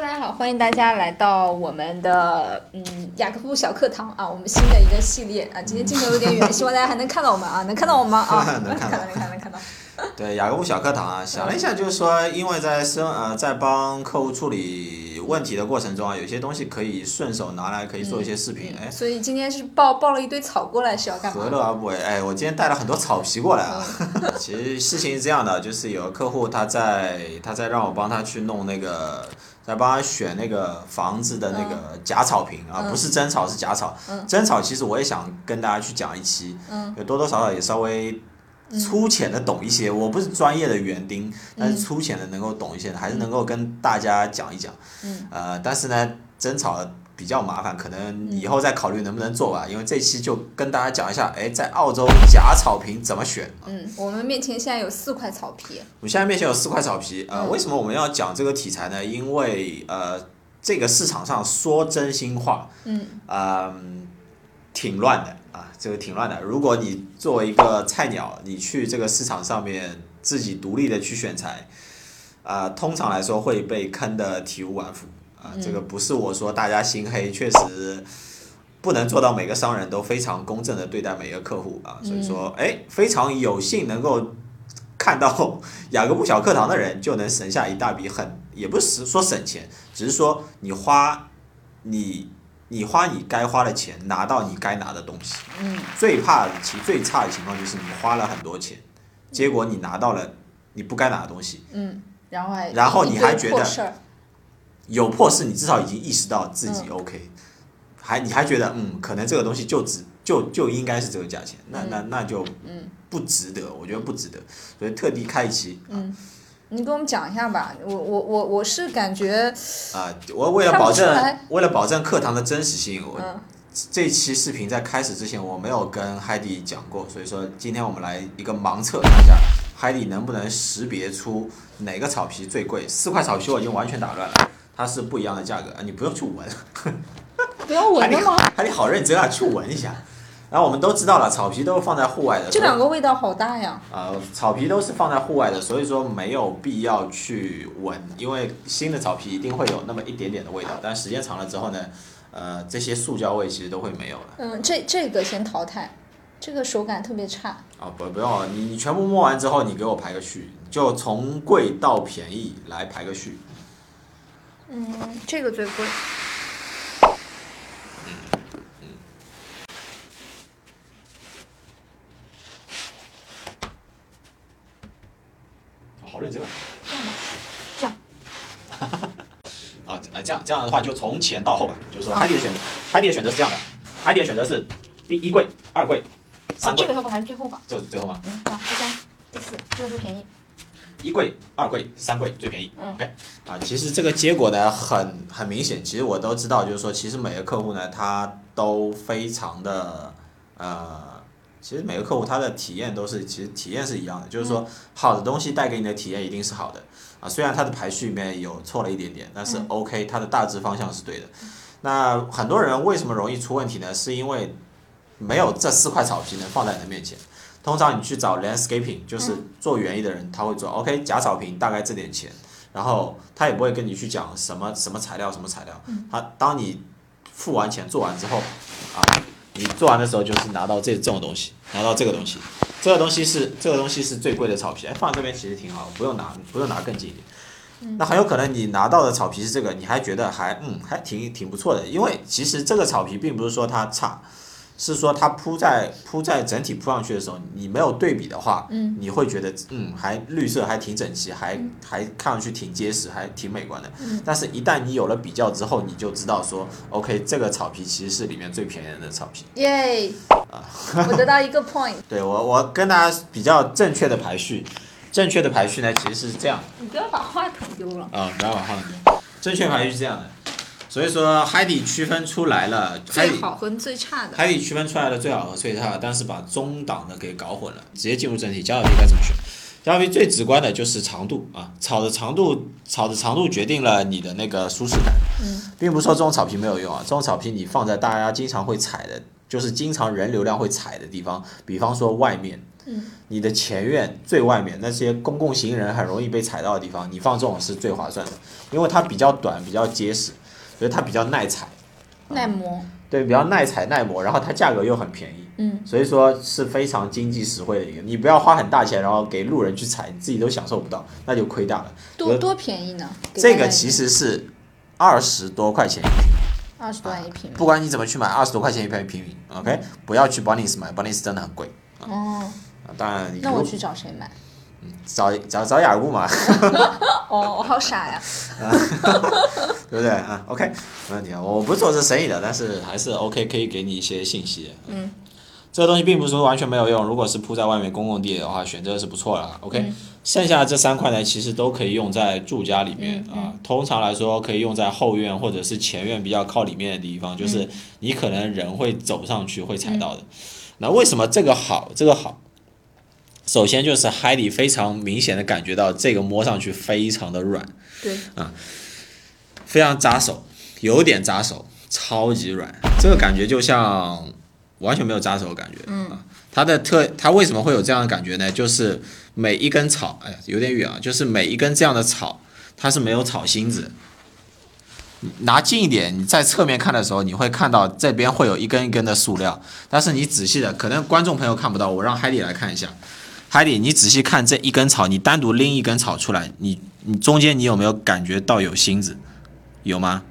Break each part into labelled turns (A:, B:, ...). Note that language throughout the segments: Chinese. A: 家好，欢迎大家来到我们的嗯雅各布小课堂啊，我们新的一个系列啊。今天镜头有点远，希望大家还能看到我们啊，能看到我们吗啊？
B: 能看到
A: 能看到，能看 到。
B: 对雅各布小课堂啊，想了一下，就是说，因为在生呃在帮客户处理问题的过程中啊，有些东西可以顺手拿来，可以做一些视频，哎，
A: 所以今天是抱抱了一堆草过来是要嗯干
B: 何
A: 嘛？嗯
B: 乐而不为？哎，我今天带了很多草皮过来啊。 其实事情是这样的，就是有个客户他在他在让我帮他去弄那个，在帮他选那个房子的那
A: 嗯
B: 个假草坪啊，不是真草是假草。真草其实我也想跟大家去讲一期，
A: 嗯
B: 有多多少少也稍微。粗浅的懂一些，我不是专业的园丁，但是粗浅的能够懂一些，还是能够跟大家讲一讲。呃，但是呢，争吵比较麻烦，可能以后再考虑能不能做吧。因为这期就跟大家讲一下，哎，在澳洲假草坪怎么选。
A: 嗯，我们面前现在有四块草皮，
B: 我们现在面前有四块草皮，呃，为什么我们要讲这个题材呢？因为呃，这个市场上说真心话，嗯，挺乱的啊，这个挺乱的。如果你作为一个菜鸟，你去这个市场上面自己独立的去选材，啊、通常来说会被坑的体无完肤啊。这个不是我说大家心黑，确实。不能做到每个商人都非常公正的对待每个客户啊，所以说，哎，非常有幸能够看到雅各布小课堂的人，就能省下一大笔很，也不是说省钱，只是说你花你你花你该花的钱，拿到你该拿的东西。嗯。最怕其最差的情况就是你花了很多钱，结果你拿到了你不该拿的东西。
A: 然后还
B: 然后
A: 一
B: 你
A: 堆
B: 还觉
A: 破
B: 得
A: 事儿嗯
B: 有破事，你至少已经意识到自己 OK，、还你还觉得嗯，可能这个东西就值就就应该是这个价钱，那那那就不值得，我觉得不值得，所以特地开一期啊、
A: 你给我们讲一下吧。我我我我是感觉
B: 啊，我为了
A: 看不
B: 保
A: 出
B: 证
A: 来
B: 为了保证课堂的真实性，我、
A: 嗯
B: 这期视频在开始之前我没有跟海底讲过，所以说今天我们来一个盲测看一下海底能不能识别出哪个草皮最贵。四块草皮我已经完全打乱了，它是不一样的价格啊，你不用去闻。
A: 不要闻
B: 海
A: 了
B: 里
A: 吗？
B: 海里好认真啊，去闻一下。然后我们都知道了，草皮都是放在户外的，
A: 这两
B: 所以
A: 个味道好大呀。
B: 呃，草皮都是放在户外的，所以说没有必要去闻，因为新的草皮一定会有那么一点点的味道，但时间长了之后呢，呃，这些塑胶味其实都会没有了。
A: 嗯，这这个先淘汰，这个手感特别差。
B: 啊、不不用，你你全部摸完之后，你给我排个序，就从贵到便宜来排个序。
A: 嗯，这个最贵。
B: 好认真啊！
A: 这样。
B: 啊，呃这样这样的话就从前到后吧，就是说海底的选择，海底的选择是这样的，海底的选择是第一贵、二贵、三贵，
C: 要不还是最后吧？
B: 这是最后吗？
C: 嗯，好，第三、第四，这个最便宜。
B: 一贵、二贵、三贵最便宜。
C: 嗯
B: OK，啊，其实这个结果呢很很明显，其实我都知道，就是说，其实每个客户呢，他都非常的呃，其实每个客户他的体验都是，其实体验是一样的，就是说，好的东西带给你的体验一定是好的啊，虽然它的排序里面有错了一点点，但是 OK，它的大致方向是对的。那很多人为什么容易出问题呢？是因为没有这四块草皮能放在你的面前。通常你去找 landscaping，就是做园艺的人，他会做 OK 假草坪大概这点钱，然后他也不会跟你去讲什么什么材料什么材料，他当你付完钱做完之后，啊，你做完的时候就是拿到这这种东西，拿到这个东西，这个东西是这个东西是最贵的草皮，哎，放在这边其实挺好，不用拿不用拿更近一点。那很有可能你拿到的草皮是这个，你还觉得还嗯还挺挺不错的，因为其实这个草皮并不是说它差，是说它铺在铺在整体铺上去的时候，你没有对比的话，嗯，你会觉得嗯还绿色还挺整齐，还、还看上去挺结实，还挺美观的。但是，一旦你有了比较之后，你就知道说，OK，这个草皮其实是里面最便宜的草皮。
A: 耶！我得到一个 point。
B: 对我我跟大家比较正确的排序，正确的排序呢其实是这样的。
A: 你不要把话筒丢 了。
B: 啊、不要把话筒。正确排序是这样的，所以说海底区分出来了，海
A: 最
B: 底
A: 好和最差的。
B: 海底区分出来了最好和最差的，但是把中档的给搞混了，直接进入正题。加小 P 该怎么选？加小 P 最直观的就是长度啊，草的长度，草的长度决定了你的那个舒适感。嗯，并不是说这种草皮没有用啊，这种草皮你放在大家经常会踩的，就是经常人流量会踩的地方，比方说外面。嗯，你的前院最外面那些公共行人很容易被踩到的地方，你放这种是最划算的，因为它比较短，比较结实，所以它比较耐踩，
A: 耐磨，
B: 对，比较耐踩耐磨，然后它价格又很便宜，
A: 嗯，
B: 所以说是非常经济实惠的一个，你不要花很大钱，然后给路人去踩，你自己都享受不到，那就亏大了。
A: 多多便宜呢？给
B: 这
A: 大家
B: 个
A: 一
B: 其
A: 个
B: 实是二十多块钱
A: 二十多万一平米，
B: 不管你怎么去买，二十多块钱一平平米，OK，不要去 Bonnie's 买，Bonnie's 真的很贵。
A: 哦，
B: 啊当然，
A: 那我去找谁买？
B: 找找找雅顾嘛，
A: 哦，我好傻呀！
B: 对不对啊？OK，没问题啊。我不是做这生意的，但是还是 OK，可以给你一些信息。嗯，这个东西并不是说完全没有用，如果是铺在外面公共地的话，选择是不错了。OK，、剩下的这三块呢，其实都可以用在住家里面、啊。通常来说，可以用在后院或者是前院比较靠里面的地方，就是你可能人会走上去会踩到的。那为什么这个好？这个好。首先就是海里非常明显的感觉到这个摸上去非常的软，
A: 对，
B: 非常扎手，有点扎手，超级软，这个感觉就像完全没有扎手的感觉。嗯，它的特，它为什么会有这样的感觉呢？就是每一根草，哎呀，有点远啊，就是每一根这样的草，它是没有草芯子。拿近一点，你在侧面看的时候，你会看到这边会有一根一根的塑料，但是你仔细的，可能观众朋友看不到，我让海底来看一下。海底，你仔细看这一根草，你单独拎一根草出来，你你中间你有没有感觉到有芯子？有吗？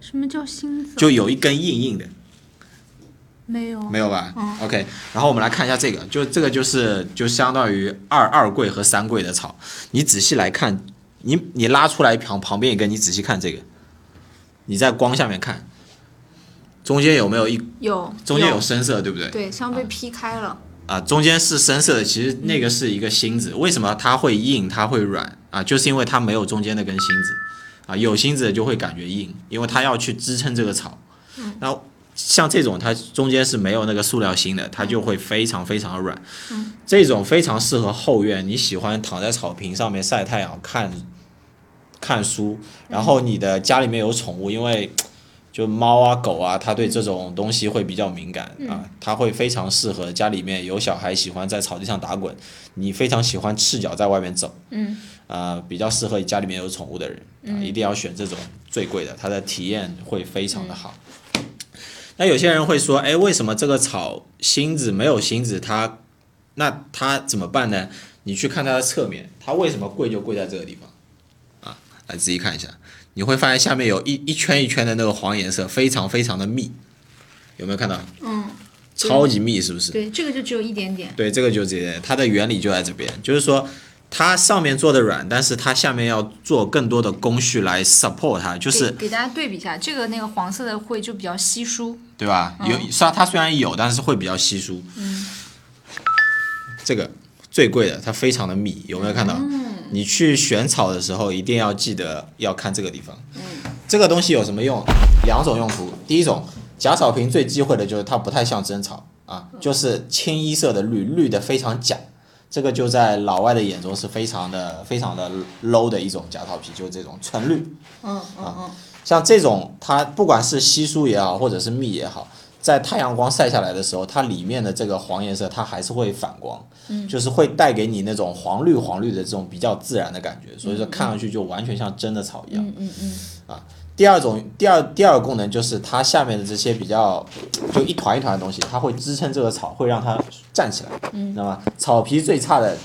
D: 什么叫星子？
B: 就有一根硬硬的，
D: 没有。嗯
B: 没有吧、o k 然后我们来看一下这个，就这个就是就相当于二二贵和三贵的草，你仔细来看，你你拉出来旁旁边一根，你仔细看这个，你在光下面看，中间有没有一
D: 有。
B: 中间有。深色，对不对？
D: 对，像被劈开了。
B: 啊，中间是深色的，其实那个是一个芯子。为什么它会硬，它会软啊？就是因为它没有中间那根芯子啊，有芯子的就会感觉硬，因为它要去支撑这个草。那像这种它中间是没有那个塑料芯的，它就会非常非常的软。这种非常适合后院，你喜欢躺在草坪上面晒太阳看看书，然后你的家里面有宠物，因为就猫啊狗啊，它对这种东西会比较敏感、啊，它会非常适合家里面有小孩喜欢在草地上打滚，你非常喜欢赤脚在外面走，
A: 嗯，
B: 啊、比较适合家里面有宠物的人啊，一定要选这种最贵的，它的体验会非常的好。那有些人会说，哎，为什么这个草芯子没有芯子？它那它怎么办呢？你去看它的侧面，它为什么贵就贵在这个地方啊？来仔细看一下，你会发现下面有一一圈一圈的那个黄颜色，非常非常的密，有没有看到？
D: 嗯，
B: 超级密，是不是？
D: 对，这个就只有一点点。
B: 对，这个就直接它的原理就在这边，就是说它上面做的软，但是它下面要做更多的工序来 support 它，就是
D: 给给大家对比一下，这个那个黄色的会就比较稀疏。
B: 对吧？有虽然它虽然有，但是会比较稀疏。这个最贵的，它非常的密，有没有看到？你去选草的时候一定要记得要看这个地方。这个东西有什么用？两种用途。第一种，假草坪最忌讳的就是它不太像真草啊，就是清一色的绿，绿的非常假。这个就在老外的眼中是非常的、非常的 low 的一种假草皮，就是这种纯绿。
C: 嗯嗯嗯，
B: 像这种，它不管是稀疏也好，或者是密也好，在太阳光晒下来的时候，它里面的这个黄颜色，它还是会反光，就是会带给你那种黄绿黄绿的这种比较自然的感觉，所以说看上去就完全像真的草一样。嗯嗯啊，第二种第二第二个功能就是它下面的这些比较就一团一团的东西，它会支撑这个草，会让它站起来，嗯、知道吗？草皮最差的。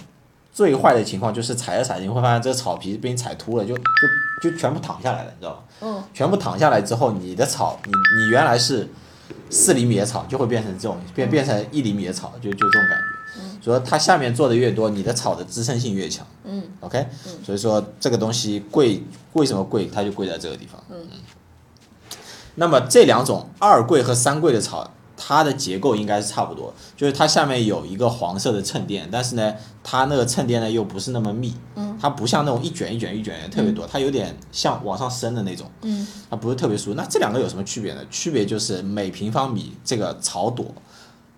B: 最坏的情况就是踩着踩着，你会发现这个草皮被你踩秃了，就就就全部躺下来了，你知道吗？全部躺下来之后，你的草，你你原来是四厘米的草，就会变成这种，变变成一厘米的草，就就这种感觉。所以说它下面做的越多，你的草的支撑性越强。嗯，OK，所以说这个东西贵，为什么贵？它就贵在这个地方。嗯，那么这两种二贵和三贵的草，它的结构应该是差不多，就是它下面有一个黄色的衬垫，但是呢，它那个衬垫呢又不是那么密，嗯，它不像那种一卷一卷一卷的特别多，它有点像往上升的那种，嗯，它不是特别疏。那这两个有什么区别呢？区别就是每平方米这个草垛，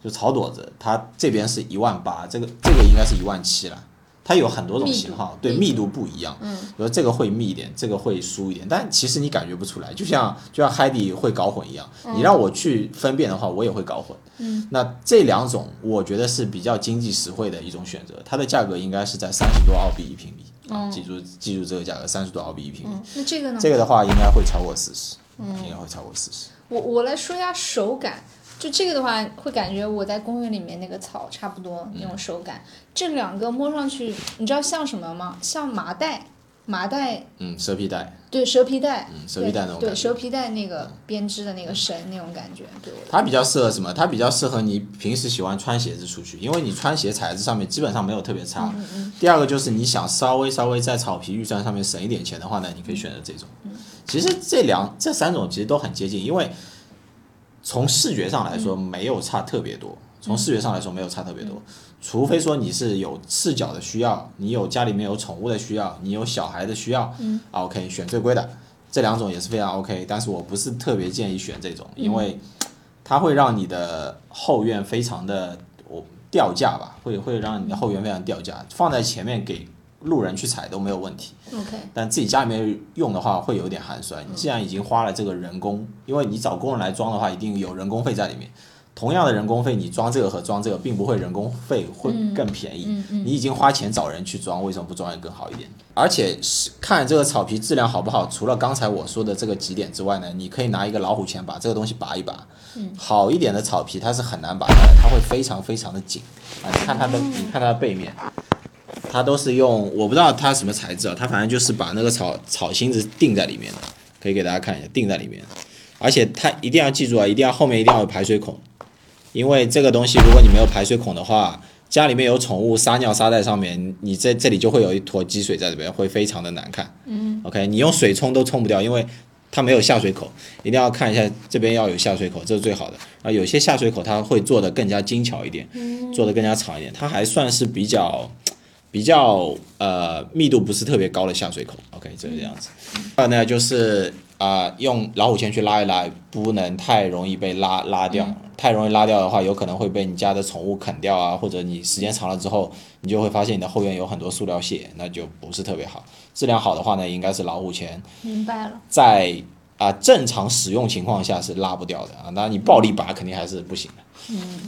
B: 就草垛子，它这边是一万八，这个这个应该是一万七了。它有很多种
A: 密
B: 型
A: 度
B: 号，对
A: 密
B: 密度不一样。嗯，比如这个会密一点，这个会疏一点，但其实你感觉不出来，就像就像 Heidi 会搞混一样，你让我去分辨的话，我也会搞混。嗯，那这两种我觉得是比较经济实惠的一种选择，它的价格应该是在三十多澳币一平米。啊，记住记住这个价格，三十多澳币一平米。
A: 那这个呢？
B: 这个的话应该会超过四十，应该会超过四十。
A: 我我来说一下手感，就这个的话，会感觉我在公园里面那个草差不多那种手感。这两个摸上去，你知道像什么吗？像麻袋，麻袋
B: 嗯，蛇皮带，
A: 对蛇皮袋，
B: 嗯，蛇皮带那种
A: 对
B: 感
A: 对
B: 觉。嗯
A: 蛇皮带那个编织的那个绳那种感觉，对我
B: 它比较适合什么？它比较适合你平时喜欢穿鞋子出去，因为你穿鞋材质上面基本上没有特别差。第二个就是你想稍微稍微在草皮预算上面省一点钱的话呢，你可以选择这种。其实这两这三种其实都很接近，因为从视觉上来说没有差特别多，从视觉上来说没有差特别多，除非说你是有视角的需要，你有家里面有宠物的需要，你有小孩的需要，嗯，OK 选最贵的。这两种也是非常 OK，但是我不是特别建议选这种，因为它会让你的后院非常的我掉价吧，会会让你的后院非常掉价，放在前面给路人去踩都没有问题，
A: OK，
B: 但自己家里面用的话会有点寒酸。你既然已经花了这个人工，因为你找工人来装的话，一定有人工费在里面。同样的人工费，你装这个和装这个，并不会人工费会更便宜。你已经花钱找人去装，为什么不装也更好一点？而且是看这个草皮质量好不好，除了刚才我说的这个几点之外呢，你可以拿一个老虎钳把这个东西拔一拔。好一点的草皮它是很难拔下来，它会非常非常的紧啊！你看它的，你看它的背面，它都是用我不知道它什么材质啊，它反正就是把那个草草芯子钉在里面的，可以给大家看一下，钉在里面。而且它一定要记住啊，一定要后面一定要有排水孔，因为这个东西如果你没有排水孔的话，家里面有宠物撒尿撒在上面，你这这里就会有一坨积水在这边，会非常的难看。嗯，OK，你用水冲都冲不掉，因为它没有下水口，一定要看一下这边要有下水口，这是最好的。啊，有些下水口它会做的更加精巧一点，做的更加长一点，它还算是比较比较呃密度不是特别高的下水口。OK，就是
D: 嗯
B: 这样子。还有呢，就是啊、用老虎钳去拉一拉，不能太容易被拉拉
D: 嗯
B: 掉，太容易拉掉的话，有可能会被你家的宠物啃掉啊，或者你时间长了之后，你就会发现你的后院有很多塑料屑，那就不是特别好。质量好的话呢，应该是老虎钳。
D: 明白了。
B: 在啊、正常使用情况下是拉不掉的啊，那你暴力拔肯定还是不行的。嗯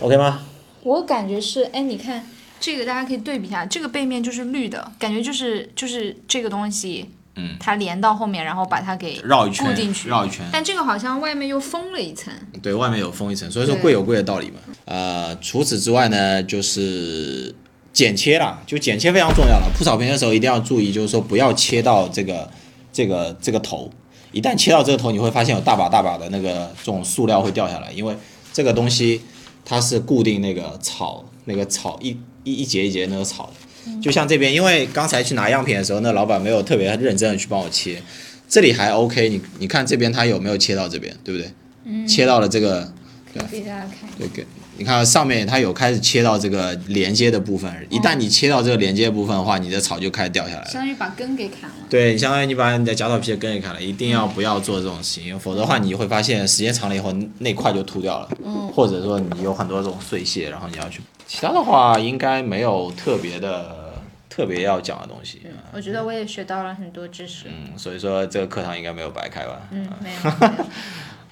B: ，OK 吗？
A: 我感觉是，哎，你看，
D: 这个大家可以对比一下，这个背面就是绿的，感觉就是就是这个东西，
B: 嗯，
D: 它连到后面，然后把它给
B: 绕一圈
D: 固定去，
B: 绕一圈
D: 但这个好像外面又封了一层，
B: 对外面有封一层，所以说贵有贵的道理嘛。呃，除此之外呢，就是剪切啦，就剪切非常重要了。铺草坪的时候一定要注意，就是说不要切到这个这个这个头，一旦切到这个头，你会发现有大把大把的那个这种塑料会掉下来，因为这个东西它是固定那个草那个草一一一节一节那个草的。就像这边，因为刚才去拿样品的时候，那老板没有特别认真的去帮我切，这里还 OK，你你看这边它有没有切到这边，对不对？切到了这个，
A: 可以给大家看，
B: 对，给你看上面它有开始切到这个连接的部分，一旦你切到这个连接部分的话，你的草就开始掉下来了。
A: 相当于把根给砍了。
B: 对，相当于你把你的假草皮的根给砍了，一定要不要做这种事情，否则的话你会发现时间长了以后那块就秃掉了，或者说你有很多这种碎屑，然后你要去。其他的话应该没有特别的特别要讲的东西，
A: 嗯
C: 我觉得我也学到了很多知识。
B: 嗯，所以说这个课堂应该没有白开吧。
C: 嗯， 没有。没有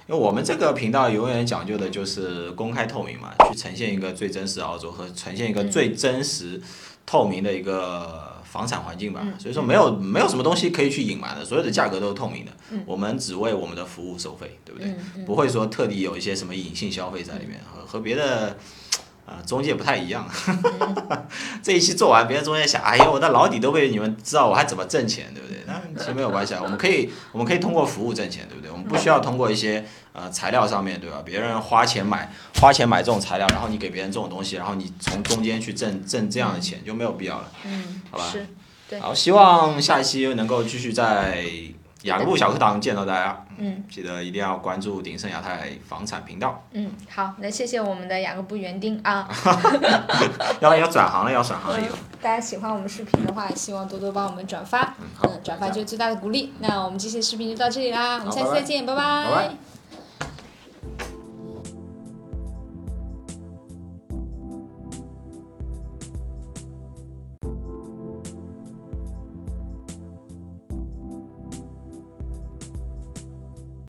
B: 因为我们这个频道永远讲究的就是公开透明嘛，去呈现一个最真实的澳洲和呈现一个最真实、透明的一个房产环境吧。所以说没有没有什么东西可以去隐瞒的，所有的价格都是透明的。我们只为我们的服务收费，对不对？
A: 嗯
B: 不会说特地有一些什么隐性消费在里面，和和别的啊、中介不太一样。 这一期做完，别的中介想，哎呀，我的老底都被你们知道，我还怎么挣钱，对不对？那其实没有关系啊，我们可以，我们可以通过服务挣钱，对不对？我们不需要通过一些呃材料上面，对吧？别人花钱买，花钱买这种材料，然后你给别人这种东西，然后你从中间去挣挣这样的钱，就没有必要了。嗯，好吧。
C: 是对
B: 好，希望下一期能够继续在雅各布小课堂见到大家。嗯，记得一定要关注鼎盛亚太房产频道，
C: 嗯，好，那谢谢我们的雅各布园丁啊。
B: 要要转行了，要转行了以后。
A: 嗯大家喜欢我们视频的话，希望多多帮我们转发，
B: 嗯，好
A: 嗯，，转发就是最大的鼓励。那我们这期视频就到这里啦，我们
B: 好
A: 下期
B: 拜拜
A: 再见，
B: 拜拜